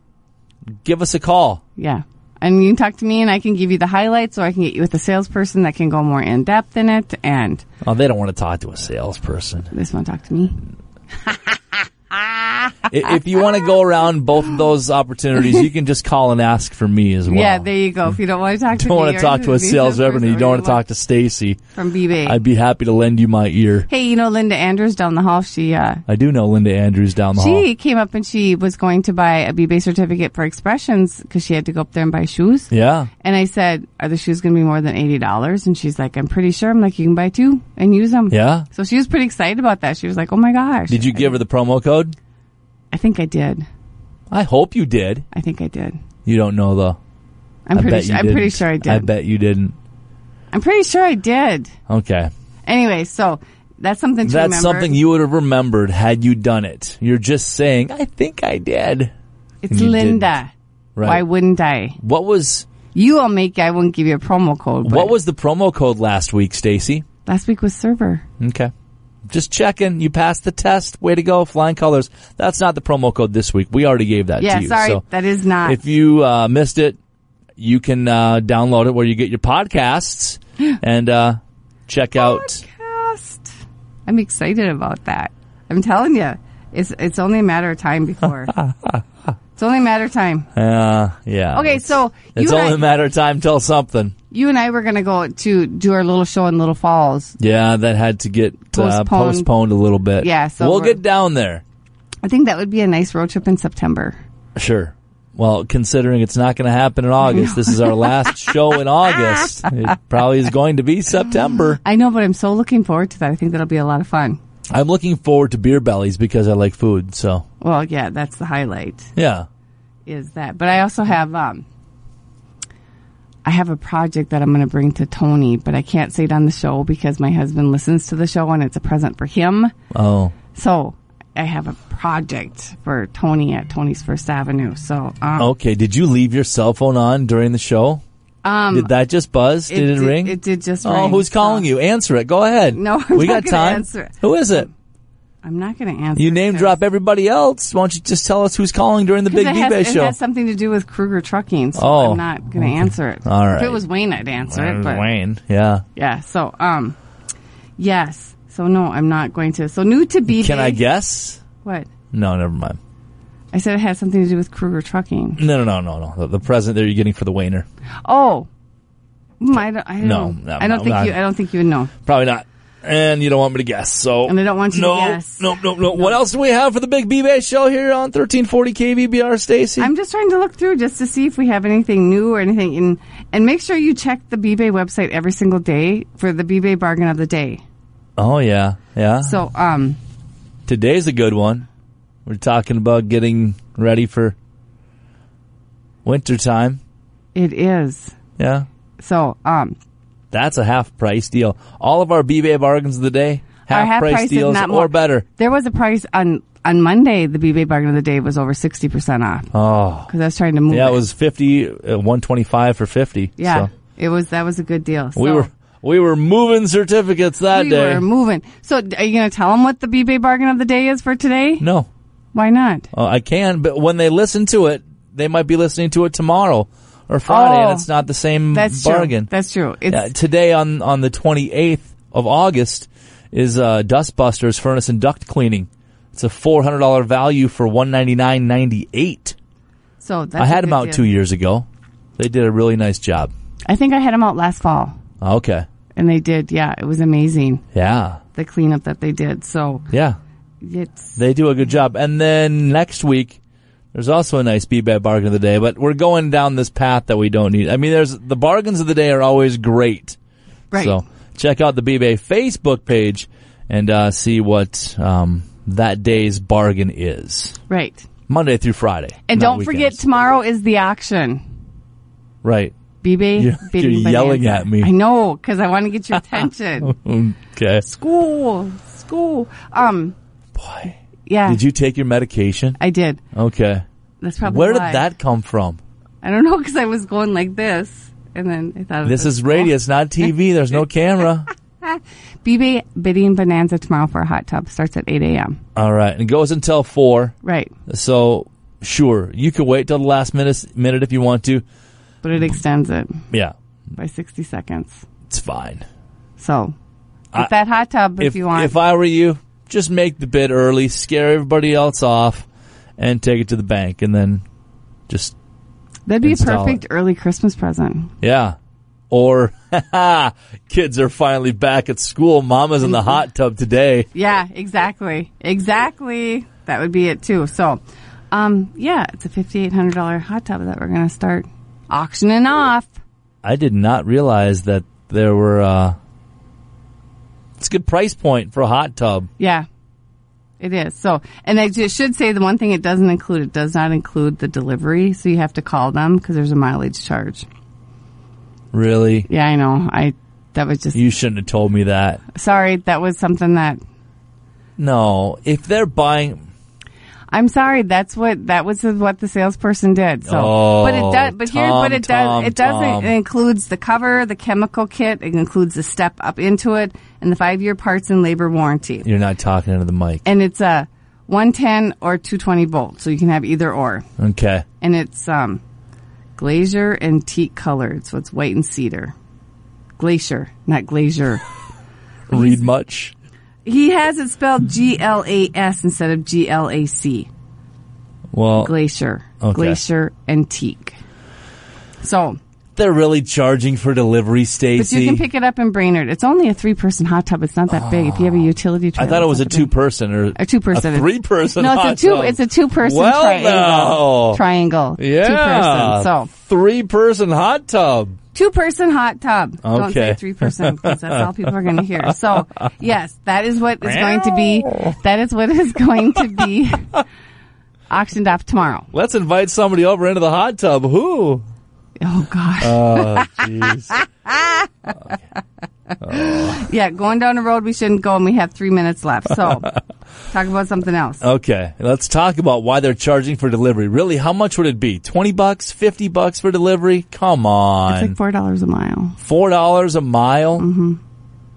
[SPEAKER 2] give us a call.
[SPEAKER 1] Yeah. And you can talk to me and I can give you the highlights or I can get you with a salesperson that can go more in depth in it and
[SPEAKER 2] Oh, they don't want to talk to a salesperson.
[SPEAKER 1] this one talk to me.
[SPEAKER 2] I- if you want to go around both of those opportunities, you can just call and ask for me as well.
[SPEAKER 1] Yeah, there you go. If you don't want to talk to
[SPEAKER 2] *laughs* don't
[SPEAKER 1] me
[SPEAKER 2] want to
[SPEAKER 1] or
[SPEAKER 2] talk to
[SPEAKER 1] *laughs*
[SPEAKER 2] a
[SPEAKER 1] these
[SPEAKER 2] sales rep
[SPEAKER 1] salesperson
[SPEAKER 2] and you
[SPEAKER 1] or
[SPEAKER 2] don't want to talk to Stacy.
[SPEAKER 1] from B-Bay.
[SPEAKER 2] I'd be happy to lend you my ear.
[SPEAKER 1] hey, you know Linda Andrews down the hall, she uh
[SPEAKER 2] I do know Linda Andrews down the hall.
[SPEAKER 1] she came up and she was going to buy a B-Bay certificate for expressions because she had to go up there and buy shoes.
[SPEAKER 2] Yeah.
[SPEAKER 1] And I said, are the shoes going to be more than $80? And she's like, I'm pretty sure. I'm like, you can buy two and use them.
[SPEAKER 2] Yeah.
[SPEAKER 1] So she was pretty excited about that. She was like, oh my gosh.
[SPEAKER 2] Did you give her the promo code?
[SPEAKER 1] I think I did.
[SPEAKER 2] I hope you did.
[SPEAKER 1] I think I did.
[SPEAKER 2] You don't know though.
[SPEAKER 1] I'm
[SPEAKER 2] I
[SPEAKER 1] pretty
[SPEAKER 2] bet
[SPEAKER 1] sure.
[SPEAKER 2] you
[SPEAKER 1] I'm pretty
[SPEAKER 2] didn't.
[SPEAKER 1] sure I did.
[SPEAKER 2] I bet you didn't.
[SPEAKER 1] I'm pretty sure I did.
[SPEAKER 2] Okay.
[SPEAKER 1] Anyway, so that's something to
[SPEAKER 2] That's
[SPEAKER 1] remember.
[SPEAKER 2] something you would have remembered had you done it. You're just saying, I think I did.
[SPEAKER 1] It's
[SPEAKER 2] you
[SPEAKER 1] Linda.
[SPEAKER 2] Right.
[SPEAKER 1] Why wouldn't I?
[SPEAKER 2] what was
[SPEAKER 1] You will make. I won't give you a promo code. But
[SPEAKER 2] what was the promo code last week, Stacy?
[SPEAKER 1] last week was server?
[SPEAKER 2] Okay. Just checking. You passed the test. Way to go. Flying colors. That's not the promo code this week. We already gave that
[SPEAKER 1] Yeah,
[SPEAKER 2] to you.
[SPEAKER 1] sorry, Ah.
[SPEAKER 2] So
[SPEAKER 1] that is not.
[SPEAKER 2] if you uh, missed it, you can uh, download it where you get
[SPEAKER 1] *gasps*
[SPEAKER 2] your podcasts and uh, check out.
[SPEAKER 1] Podcast. I'm excited about that. I'm telling you, it's it's only a matter of time
[SPEAKER 2] *laughs*
[SPEAKER 1] before. it's only a matter of time.
[SPEAKER 2] Uh, yeah.
[SPEAKER 1] Okay,
[SPEAKER 2] It's,
[SPEAKER 1] so
[SPEAKER 2] it's
[SPEAKER 1] you
[SPEAKER 2] only a
[SPEAKER 1] and, I,
[SPEAKER 2] matter of time till something.
[SPEAKER 1] you and I were going to go to do our little show in Little Falls.
[SPEAKER 2] Yeah, that had to get Uh,
[SPEAKER 1] Postponed.
[SPEAKER 2] postponed a little bit.
[SPEAKER 1] Yeah, so
[SPEAKER 2] we'll
[SPEAKER 1] we're-
[SPEAKER 2] get down there.
[SPEAKER 1] I think that would be a nice road trip in September.
[SPEAKER 2] Sure. Well, considering it's not going to happen in August,
[SPEAKER 1] *laughs*
[SPEAKER 2] this is our last show in August. It probably is going to be September.
[SPEAKER 1] I know, but I'm so looking forward to that. I think that'll be a lot of fun.
[SPEAKER 2] I'm looking forward to beer bellies because I like food. So
[SPEAKER 1] Well, yeah, that's the highlight
[SPEAKER 2] yeah,
[SPEAKER 1] is that. But I also have um I have a project that I'm going to bring to Tony, but I can't say it on the show because my husband listens to the show and it's a present for him.
[SPEAKER 2] oh,
[SPEAKER 1] So, I have a project for Tony at Tony's First Avenue. So, um,
[SPEAKER 2] okay. Did you leave your cell phone on during the show? Um, did that just buzz? did it
[SPEAKER 1] did-
[SPEAKER 2] ring?
[SPEAKER 1] it did just
[SPEAKER 2] Oh,
[SPEAKER 1] ring,
[SPEAKER 2] who's calling
[SPEAKER 1] so-
[SPEAKER 2] you? Answer it. Go ahead.
[SPEAKER 1] No, I'm
[SPEAKER 2] we
[SPEAKER 1] not
[SPEAKER 2] got
[SPEAKER 1] gonna
[SPEAKER 2] time.
[SPEAKER 1] answer it.
[SPEAKER 2] Who is it?
[SPEAKER 1] I'm not going to answer.
[SPEAKER 2] You name drop everybody else. Why don't you just tell us who's calling during the Big
[SPEAKER 1] it
[SPEAKER 2] B
[SPEAKER 1] has,
[SPEAKER 2] Bay
[SPEAKER 1] it
[SPEAKER 2] show?
[SPEAKER 1] has something to do with Kruger Trucking, so
[SPEAKER 2] Oh,
[SPEAKER 1] I'm not going to answer it.
[SPEAKER 2] All
[SPEAKER 1] If
[SPEAKER 2] right.
[SPEAKER 1] it was Wayne, I'd answer it. But
[SPEAKER 2] Wayne. Yeah.
[SPEAKER 1] yeah, so um, yes, so no, I'm not going to. So new to be.
[SPEAKER 2] Can I guess?
[SPEAKER 1] what?
[SPEAKER 2] No, never mind.
[SPEAKER 1] I said it had something to do with Kruger Trucking.
[SPEAKER 2] No, no, no, no, no. The, the present that you're getting for the wainer.
[SPEAKER 1] Oh, Mm, I don't. I don't know.
[SPEAKER 2] No, no,
[SPEAKER 1] I don't
[SPEAKER 2] no,
[SPEAKER 1] think
[SPEAKER 2] no.
[SPEAKER 1] you. I don't think you would know.
[SPEAKER 2] Probably not. And you don't want me to guess, so.
[SPEAKER 1] And I don't want you to
[SPEAKER 2] no,
[SPEAKER 1] guess.
[SPEAKER 2] No, no, no. What else do we have for the Big B-Bay show here on 1340 KVBR, Stacy?
[SPEAKER 1] I'm just trying to look through just to see if we have anything new or anything, and and make sure you check the B-Bay website every single day for the B-Bay bargain of the day.
[SPEAKER 2] Oh, yeah, yeah.
[SPEAKER 1] So um,
[SPEAKER 2] Today's a good one. We're talking about getting ready for wintertime.
[SPEAKER 1] it is.
[SPEAKER 2] Yeah.
[SPEAKER 1] So um,
[SPEAKER 2] That's a half price deal. All of our B-Bay bargains of the day, half, price,
[SPEAKER 1] price is
[SPEAKER 2] deals
[SPEAKER 1] not
[SPEAKER 2] or
[SPEAKER 1] more-
[SPEAKER 2] better.
[SPEAKER 1] There was a price on on Monday. The B-Bay bargain of the day was over sixty percent off
[SPEAKER 2] Oh.
[SPEAKER 1] because I was trying to move.
[SPEAKER 2] Yeah, it was 50, uh, 125 for 50.
[SPEAKER 1] Yeah,
[SPEAKER 2] So.
[SPEAKER 1] it was. That was a good deal.
[SPEAKER 2] We
[SPEAKER 1] So,
[SPEAKER 2] were we were moving certificates that
[SPEAKER 1] we
[SPEAKER 2] day.
[SPEAKER 1] were moving. So d- are you going to tell them what the B-Bay bargain of the day is for today?
[SPEAKER 2] no,
[SPEAKER 1] Why not?
[SPEAKER 2] uh, I can, but when they listen to it, they might be listening to it tomorrow or Friday, and
[SPEAKER 1] Oh,
[SPEAKER 2] it's not the same
[SPEAKER 1] That's
[SPEAKER 2] bargain.
[SPEAKER 1] true. That's true. It's
[SPEAKER 2] Yeah, today on on the twenty eighth of August is uh, Dustbusters furnace and duct cleaning. It's a four hundred dollar value for one ninety nine ninety eight.
[SPEAKER 1] so. That's
[SPEAKER 2] I
[SPEAKER 1] a
[SPEAKER 2] had them
[SPEAKER 1] good
[SPEAKER 2] out
[SPEAKER 1] deal.
[SPEAKER 2] two years ago. They did a really nice job.
[SPEAKER 1] I think I had them out last fall,
[SPEAKER 2] Okay,
[SPEAKER 1] and they did. Yeah, it was amazing
[SPEAKER 2] yeah,
[SPEAKER 1] the cleanup that they did. So
[SPEAKER 2] yeah.
[SPEAKER 1] it's
[SPEAKER 2] They do a good job. And then next week, there's also a nice B-Bad bargain of the day, but we're going down this path that we don't need. I mean, there's the bargains of the day are always great.
[SPEAKER 1] right.
[SPEAKER 2] So check out the B-Bay Facebook page and uh, see what um, that day's bargain is.
[SPEAKER 1] Right.
[SPEAKER 2] Monday through Friday.
[SPEAKER 1] And
[SPEAKER 2] not
[SPEAKER 1] don't forget,
[SPEAKER 2] weekends.
[SPEAKER 1] tomorrow is the auction.
[SPEAKER 2] Right.
[SPEAKER 1] BB,
[SPEAKER 2] You're-
[SPEAKER 1] Big
[SPEAKER 2] you're
[SPEAKER 1] Bonanza.
[SPEAKER 2] yelling at me.
[SPEAKER 1] I know because I want to
[SPEAKER 2] *laughs*
[SPEAKER 1] get your attention.
[SPEAKER 2] Okay.
[SPEAKER 1] school, school. Um,
[SPEAKER 2] Boy.
[SPEAKER 1] yeah,
[SPEAKER 2] Did you take your medication?
[SPEAKER 1] I did.
[SPEAKER 2] Okay.
[SPEAKER 1] That's probably
[SPEAKER 2] Where did
[SPEAKER 1] why.
[SPEAKER 2] that come from?
[SPEAKER 1] I don't know because I was going like this, and then I thought
[SPEAKER 2] This is radio. It's not TV.
[SPEAKER 1] *laughs*
[SPEAKER 2] There's no camera.
[SPEAKER 1] BB bidding bonanza tomorrow for a hot tub starts at eight a.m.
[SPEAKER 2] All right. And it goes until 4.
[SPEAKER 1] Right,
[SPEAKER 2] So Sure, you can wait till the last minute, minute if you want to.
[SPEAKER 1] but
[SPEAKER 2] Mm.
[SPEAKER 1] it extends it
[SPEAKER 2] Yeah,
[SPEAKER 1] by 60 seconds.
[SPEAKER 2] it's fine.
[SPEAKER 1] So get
[SPEAKER 2] I-
[SPEAKER 1] that hot tub if, you want.
[SPEAKER 2] If I were you, just make the bid early, scare everybody else off, and take it to the bank, and then just
[SPEAKER 1] That'd be a
[SPEAKER 2] install
[SPEAKER 1] perfect early Christmas present.
[SPEAKER 2] yeah. Or *laughs* kids are finally back at school. Mama's in
[SPEAKER 1] *laughs*
[SPEAKER 2] the hot tub today.
[SPEAKER 1] Yeah, exactly. Exactly. That would be it too. So, um, yeah, it's a $5,800 hot tub that we're going to start auctioning off.
[SPEAKER 2] I did not realize that there were. Uh, it's a good price point for a hot tub.
[SPEAKER 1] Yeah, it is. So, and I just should say the one thing it doesn't include, it does not include the delivery. So you have to call them because there's a mileage charge.
[SPEAKER 2] Really,
[SPEAKER 1] Yeah, I know. I, that was just,
[SPEAKER 2] you shouldn't have told me that.
[SPEAKER 1] sorry, that was something that
[SPEAKER 2] No, if they're buying,
[SPEAKER 1] I'm sorry. That's what that was what the salesperson did. So,
[SPEAKER 2] Oh,
[SPEAKER 1] but it does. But here,
[SPEAKER 2] Tom,
[SPEAKER 1] but it
[SPEAKER 2] Tom,
[SPEAKER 1] does. It doesn't.
[SPEAKER 2] Tom.
[SPEAKER 1] It includes the cover, the chemical kit. It includes the step up into it, and the five year parts and labor warranty.
[SPEAKER 2] you're not talking into the mic.
[SPEAKER 1] And it's a 110 or 220 volt, so you can have either or.
[SPEAKER 2] Okay,
[SPEAKER 1] And it's um, glazier and teak colored, so it's white and cedar. Glacier, not
[SPEAKER 2] *laughs*
[SPEAKER 1] glazier.
[SPEAKER 2] read much.
[SPEAKER 1] he has it spelled G L A S instead of G L A C.
[SPEAKER 2] Well,
[SPEAKER 1] glacier,
[SPEAKER 2] Okay.
[SPEAKER 1] glacier antique. So,
[SPEAKER 2] They're really charging for delivery,
[SPEAKER 1] but you
[SPEAKER 2] Stacy.
[SPEAKER 1] can pick it up in Brainerd. It's only a three-person hot tub. It's not that big. If you have a utility
[SPEAKER 2] Ah. I
[SPEAKER 1] trailer,
[SPEAKER 2] thought it was a
[SPEAKER 1] it's not that big.
[SPEAKER 2] two-person or
[SPEAKER 1] A two-person.
[SPEAKER 2] a
[SPEAKER 1] It's-
[SPEAKER 2] three-person.
[SPEAKER 1] No,
[SPEAKER 2] hot
[SPEAKER 1] it's a two.
[SPEAKER 2] tub.
[SPEAKER 1] It's a two-person
[SPEAKER 2] Well,
[SPEAKER 1] triangle.
[SPEAKER 2] now.
[SPEAKER 1] Triangle.
[SPEAKER 2] yeah,
[SPEAKER 1] Two-person. So
[SPEAKER 2] three-person hot tub.
[SPEAKER 1] two-person hot tub. Don't
[SPEAKER 2] Okay.
[SPEAKER 1] say three-person because that's all people are going to
[SPEAKER 2] *laughs*
[SPEAKER 1] hear. So yes, that is what is going to be. That is what is going to be auctioned off tomorrow.
[SPEAKER 2] Let's invite somebody over into the hot
[SPEAKER 1] *laughs*
[SPEAKER 2] tub. Who?
[SPEAKER 1] Oh gosh.
[SPEAKER 2] Oh, jeez.
[SPEAKER 1] Yeah, going down the road we shouldn't go, and we have three minutes left.
[SPEAKER 2] *laughs*
[SPEAKER 1] So, talk about something else.
[SPEAKER 2] okay, let's talk about why they're charging for delivery. Really, how much would it be? Twenty bucks, fifty bucks for delivery? Come
[SPEAKER 1] It's
[SPEAKER 2] on,
[SPEAKER 1] like Mm-hmm. four dollars a mile.
[SPEAKER 2] four dollars a mile.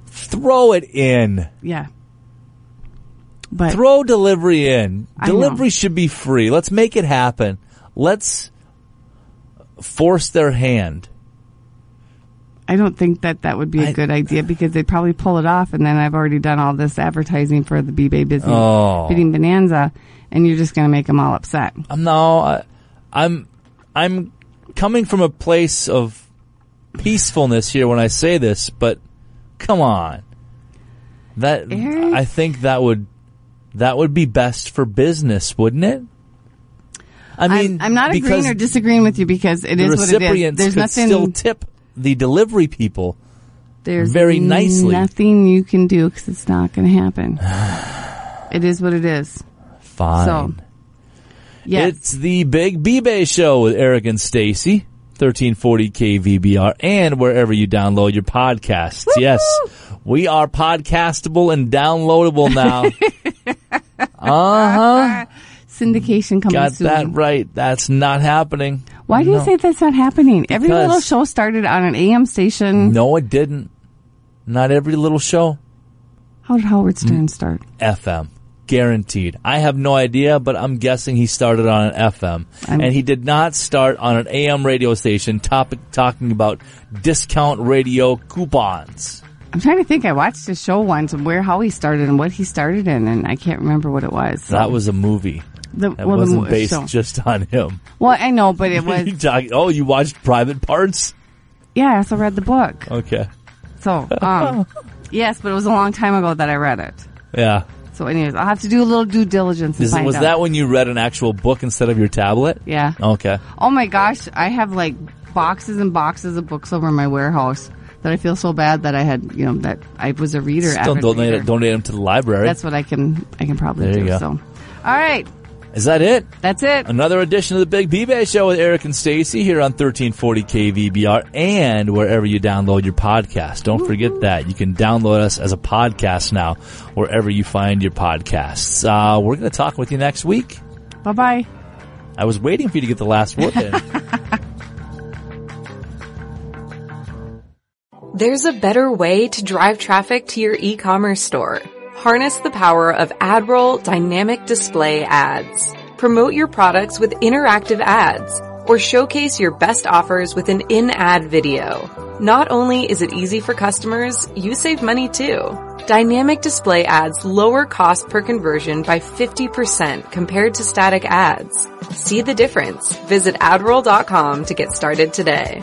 [SPEAKER 2] Throw it in.
[SPEAKER 1] Yeah, but
[SPEAKER 2] Throw delivery in.
[SPEAKER 1] I know.
[SPEAKER 2] Delivery should be free. Let's make it happen. Let's force their hand.
[SPEAKER 1] I don't think that that would be a
[SPEAKER 2] I-
[SPEAKER 1] good idea because they'd probably pull it off, and then I've already done all this advertising for the B-Bay Business
[SPEAKER 2] Oh.
[SPEAKER 1] Bidding Bonanza, and you're just going to make them all upset.
[SPEAKER 2] I'm no, I, I'm, I'm coming from a place of peacefulness here when I say this, but come on, that
[SPEAKER 1] Eric?
[SPEAKER 2] I think that would that would be best for business, wouldn't it? I mean,
[SPEAKER 1] I'm, I'm not
[SPEAKER 2] because
[SPEAKER 1] agreeing or disagreeing with you because it
[SPEAKER 2] the
[SPEAKER 1] is what it is.
[SPEAKER 2] recipients
[SPEAKER 1] There's
[SPEAKER 2] could
[SPEAKER 1] nothing.
[SPEAKER 2] still tip the delivery people.
[SPEAKER 1] there's
[SPEAKER 2] very nicely.
[SPEAKER 1] Nothing you can do because it's not going to happen.
[SPEAKER 2] *sighs*
[SPEAKER 1] it is what it is.
[SPEAKER 2] Fine.
[SPEAKER 1] So, yes.
[SPEAKER 2] It's the Big B-Bay Show with Eric and Stacy, 1340 KVBR, and wherever you download your podcasts. Yes, we are podcastable and downloadable now.
[SPEAKER 1] syndication coming
[SPEAKER 2] Got
[SPEAKER 1] soon.
[SPEAKER 2] that right. That's not happening.
[SPEAKER 1] Why do you say that's not happening? Every
[SPEAKER 2] Because- Mm.
[SPEAKER 1] little show started on an AM station.
[SPEAKER 2] No, it didn't. Not every little show.
[SPEAKER 1] How did
[SPEAKER 2] Mm.
[SPEAKER 1] Howard Stern start?
[SPEAKER 2] FM. Guaranteed. I have no idea, but I'm guessing he started on an FM.
[SPEAKER 1] I'm-
[SPEAKER 2] and he did not start on an AM radio station topic talking about discount radio coupons.
[SPEAKER 1] I'm trying to think. I watched a show once where how he started and what he started in, and I can't remember what it was.
[SPEAKER 2] That was a movie.
[SPEAKER 1] the,
[SPEAKER 2] That
[SPEAKER 1] well, the
[SPEAKER 2] wasn't
[SPEAKER 1] mo-
[SPEAKER 2] based
[SPEAKER 1] show.
[SPEAKER 2] just on him. *laughs*
[SPEAKER 1] Well, I know, but it was.
[SPEAKER 2] You talk- oh, you watched Private Parts?
[SPEAKER 1] yeah, I also read the book.
[SPEAKER 2] Okay.
[SPEAKER 1] So,
[SPEAKER 2] *laughs*
[SPEAKER 1] um, yes, but it was a long time ago that I read it.
[SPEAKER 2] Yeah.
[SPEAKER 1] So, anyways, I'll have to do a little due diligence. And
[SPEAKER 2] Is-
[SPEAKER 1] find
[SPEAKER 2] was
[SPEAKER 1] out.
[SPEAKER 2] that when you read an actual book instead of your tablet?
[SPEAKER 1] Yeah.
[SPEAKER 2] Okay.
[SPEAKER 1] Oh my gosh, I have like boxes and boxes of books over in my warehouse that I feel so bad that I had, you know, that I was a reader.
[SPEAKER 2] Still
[SPEAKER 1] avid
[SPEAKER 2] donate,
[SPEAKER 1] reader.
[SPEAKER 2] it- donate them to the library.
[SPEAKER 1] That's what I can I can probably
[SPEAKER 2] There you
[SPEAKER 1] do.
[SPEAKER 2] go.
[SPEAKER 1] So, all right,
[SPEAKER 2] Is that it?
[SPEAKER 1] that's it.
[SPEAKER 2] Another edition of the Big B-Bay Show with Eric and Stacy here on 1340 KVBR and wherever you download your podcast. Don't forget that. You can download us as a podcast now wherever you find your podcasts. Uh, we're going to talk with you next week.
[SPEAKER 1] Bye bye.
[SPEAKER 2] I was waiting for you to get the last word in.
[SPEAKER 1] *laughs*
[SPEAKER 3] There's a better way to drive traffic to your e-commerce store. Harness the power of AdRoll dynamic display ads. promote your products with interactive ads or showcase your best offers with an in-ad video. Not only is it easy for customers, you save money too. Dynamic display ads lower cost per conversion by 50% compared to static ads. See the difference. Visit adroll.com to get started today.